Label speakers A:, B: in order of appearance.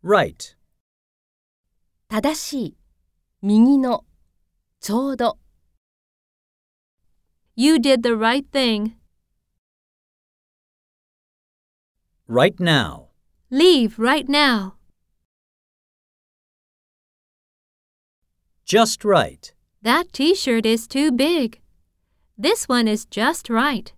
A: Right.
B: 正しい、右の、ちょうど。
C: You did the right thing.
A: Right now.
C: Leave right now.
A: Just right.
C: That t shirt is too big. This one is just right.